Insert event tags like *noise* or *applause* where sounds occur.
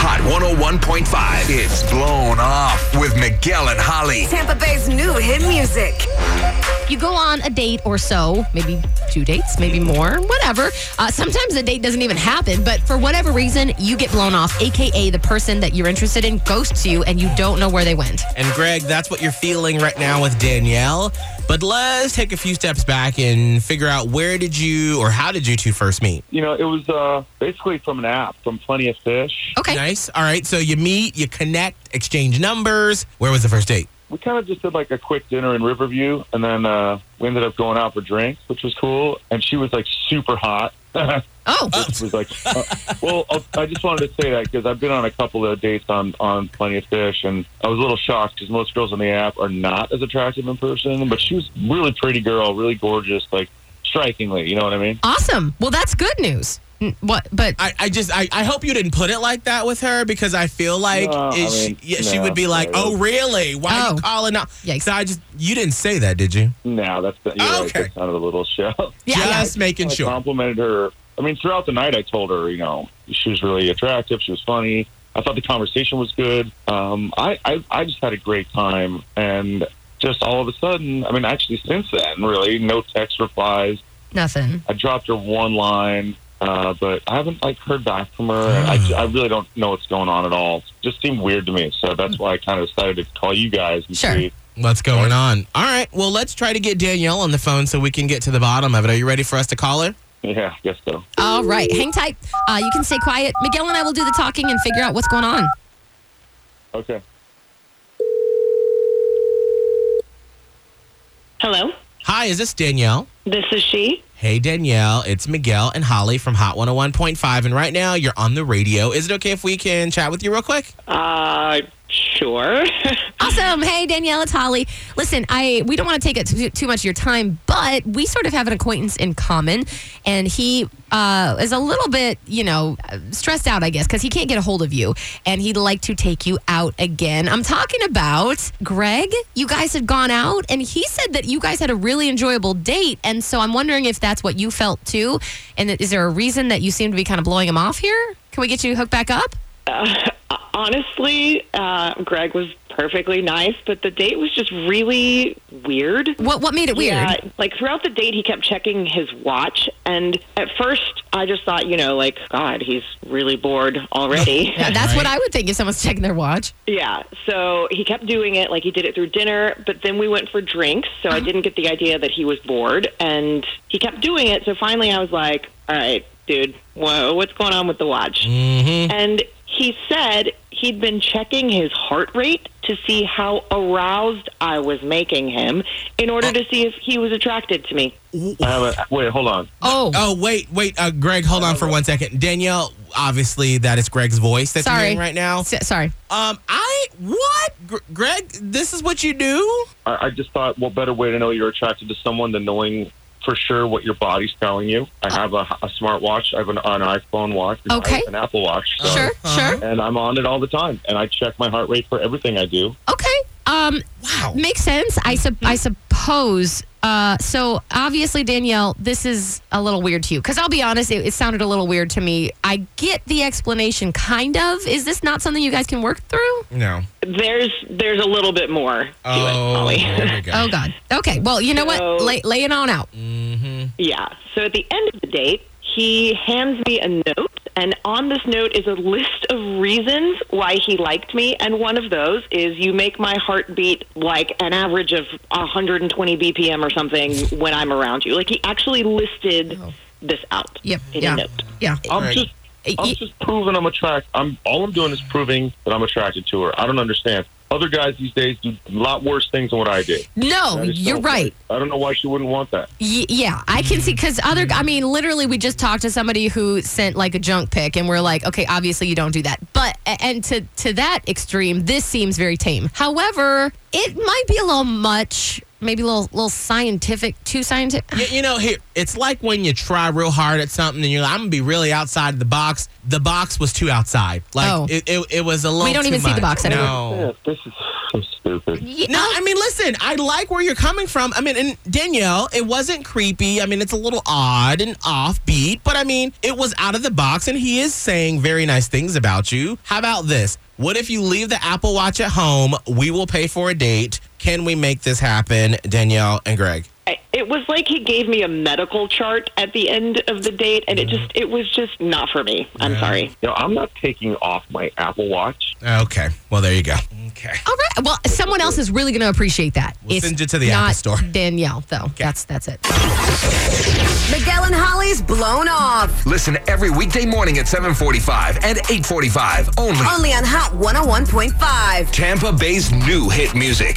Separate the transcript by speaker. Speaker 1: Hot 101.5. It's blown off with Miguel and Holly.
Speaker 2: Tampa Bay's new hit music.
Speaker 3: You go on a date or so, maybe two dates, maybe more, whatever. Uh, sometimes a date doesn't even happen, but for whatever reason, you get blown off, aka the person that you're interested in ghosts you and you don't know where they went.
Speaker 4: And Greg, that's what you're feeling right now with Danielle. But let's take a few steps back and figure out where did you or how did you two first meet?
Speaker 5: You know, it was uh, basically from an app, from Plenty of Fish.
Speaker 3: Okay.
Speaker 4: Nice. All right. So you meet, you connect, exchange numbers. Where was the first date?
Speaker 5: We kind of just did like a quick dinner in Riverview, and then uh, we ended up going out for drinks, which was cool. And she was like super hot. *laughs* it
Speaker 3: Oh,
Speaker 5: was like, uh, well, I'll, I just wanted to say that because I've been on a couple of dates on on Plenty of Fish, and I was a little shocked because most girls on the app are not as attractive in person, but she was really pretty girl, really gorgeous, like strikingly. You know what I mean?
Speaker 3: awesome. Well, that's good news. N- What? But
Speaker 4: I, I just I, I hope you didn't put it like that with her because I feel like
Speaker 5: No,
Speaker 4: it-
Speaker 5: I
Speaker 4: she,
Speaker 5: mean,
Speaker 4: yeah, she
Speaker 5: no,
Speaker 4: would be like,
Speaker 5: no.
Speaker 4: "Oh, really? Why
Speaker 3: Oh.
Speaker 4: you calling out?"
Speaker 3: Yikes.
Speaker 4: So I just you didn't say that, did you?
Speaker 5: No, that's the, you're right.
Speaker 4: Okay.
Speaker 5: That sounded a little *laughs* shallow.
Speaker 3: yeah, yeah.
Speaker 4: just making
Speaker 5: I
Speaker 4: sure.
Speaker 5: complimented her. I mean, throughout the night, I told her, you know, she was really attractive. She was funny. I thought the conversation was good. Um, I, I, I just had a great time. And just all of a sudden, I mean, actually, since then, really, no text replies.
Speaker 3: nothing.
Speaker 5: I dropped her one line, uh, but I haven't, like, heard back from her. And I, I really don't know what's going on at all. just seemed weird to me. So that's why I kind of decided to call you guys and
Speaker 3: Sure.
Speaker 5: see.
Speaker 4: What's going on? All right. Well, let's try to get Danielle on the phone so we can get to the bottom of it. Are you ready for us to call her?
Speaker 5: Yeah, I guess so.
Speaker 3: All right, hang tight. Uh, you can stay quiet. Miguel and I will do the talking and figure out what's going on.
Speaker 5: Okay.
Speaker 6: Hello,
Speaker 4: Hi, is this Danielle?
Speaker 6: this is she.
Speaker 4: Hey, Danielle, it's Miguel and Holly from Hot 101.5. And right now you're on the radio. Is it okay if we can chat with you real quick?
Speaker 6: Uh, sure. *laughs*
Speaker 3: Awesome. Hey, Danielle, it's Holly. Listen, I we don't want to take up too, too much of your time, but we sort of have an acquaintance in common, and he uh, is a little bit, you know, stressed out, I guess, because he can't get a hold of you, and he'd like to take you out again. I'm talking about Greg. You guys had gone out, and he said that you guys had a really enjoyable date, and so I'm wondering if that's what you felt too, and is there a reason that you seem to be kind of blowing him off here? Can we get you hooked back up?
Speaker 6: Honestly, uh, Greg was perfectly nice, but the date was just really weird.
Speaker 3: What what made it weird?
Speaker 6: Yeah, like throughout the date, he kept checking his watch, and at first, I just thought, you know, like God, he's really bored already.
Speaker 3: *laughs* Yeah, that's what
Speaker 4: Right.
Speaker 3: I would think if someone's checking their watch.
Speaker 6: *laughs* Yeah. So he kept doing it, like he did it through dinner, but then we went for drinks. So
Speaker 3: Uh-huh.
Speaker 6: I didn't get the idea that he was bored, and he kept doing it. So finally, I was like, "All right, dude, whoa, what's going on with the watch?" Mm-hmm. And he said he'd been checking his heart rate to see how aroused I was making him in order to see if he was attracted to me.
Speaker 5: I have a, wait, hold on.
Speaker 3: Oh,
Speaker 4: Oh, wait, wait. Uh, Greg, hold on for one second. Danielle, obviously, that is Greg's voice that you're
Speaker 3: Sorry.
Speaker 4: hearing right now.
Speaker 3: S- sorry.
Speaker 4: Um, I, what? Gr- Greg, this is what you do?
Speaker 5: I, I just thought, what better way to know you're attracted to someone than knowing for sure what your body's telling you? I have a, a smartwatch. I have an, an iPhone watch. and I have
Speaker 3: Oh. Okay.
Speaker 5: An Apple watch. So,
Speaker 3: Sure, sure.
Speaker 5: And I'm on it all the time. And I check my heart rate for everything I do.
Speaker 3: Okay. Um,
Speaker 4: Wow.
Speaker 3: makes sense. I sup I suppose. Uh, so obviously, Danielle, this is a little weird to you because I'll be honest, it, it sounded a little weird to me. I get the explanation, kind of. Is this not something you guys can work through?
Speaker 4: No.
Speaker 6: There's there's a little bit more to it, Molly.
Speaker 4: here we go.
Speaker 3: Oh God. Mm-hmm. Okay. Well, you know what?
Speaker 6: So-
Speaker 3: Lay, lay it on out.
Speaker 4: Mm-hmm.
Speaker 6: Yeah. So at the end of the date, he hands me a note, and on this note is a list of reasons why he liked me, and one of those is you make my heart beat like an average of 120 BPM or something when I'm around you. Like he actually listed this out
Speaker 3: Oh. Yep.
Speaker 6: in
Speaker 3: yeah.
Speaker 6: a note.
Speaker 3: Yeah.
Speaker 5: I'm
Speaker 4: Right.
Speaker 5: just.
Speaker 3: Y-
Speaker 5: I'm just proving I'm attracted. I'm all I'm doing is proving that I'm attracted to her. I don't understand. Other guys these days do a lot worse things than what I did.
Speaker 3: No,
Speaker 5: I just
Speaker 3: you're
Speaker 5: don't-
Speaker 3: right.
Speaker 5: I don't know why she wouldn't want that.
Speaker 3: Y- yeah, I can see because other. I mean, literally, we just talked to somebody who sent like a junk pic, and we're like, okay, obviously you don't do that. But a- and to to that extreme, this seems very tame. However, it might be a little much, maybe a little little scientific, too scientific.
Speaker 4: You, you know, here it's like when you try real hard at something, and you're like, "I'm gonna be really outside the box." The box was too outside. Like
Speaker 3: Oh.
Speaker 4: it, it, it was a little.
Speaker 3: We don't
Speaker 4: too
Speaker 3: even see the
Speaker 4: much.
Speaker 3: box anymore.
Speaker 4: No.
Speaker 5: Yeah, this is so stupid.
Speaker 3: Yeah,
Speaker 4: No, I mean, listen, I like where you're coming from. I mean, and Danielle, it wasn't creepy. I mean, it's a little odd and offbeat, but I mean, it was out of the box, and he is saying very nice things about you. How about this? What if you leave the Apple Watch at home? We will pay for a date. Can we make this happen, Danielle and Greg?
Speaker 6: I- It was like he gave me a medical chart at the end of the date, and it just it was just not for me. I'm sorry.
Speaker 5: You know, I'm not taking off my Apple Watch.
Speaker 4: Okay. Well, there you go. Okay.
Speaker 3: All right. Well, someone else is really going to appreciate that.
Speaker 4: We'll send you to the
Speaker 3: not
Speaker 4: Apple store.
Speaker 3: Danielle, though. That's that's it.
Speaker 2: Miguel and Holly's blown off.
Speaker 1: Listen every weekday morning at 745 and 845 only.
Speaker 2: Only on Hot 101.5.
Speaker 1: Tampa Bay's new hit music.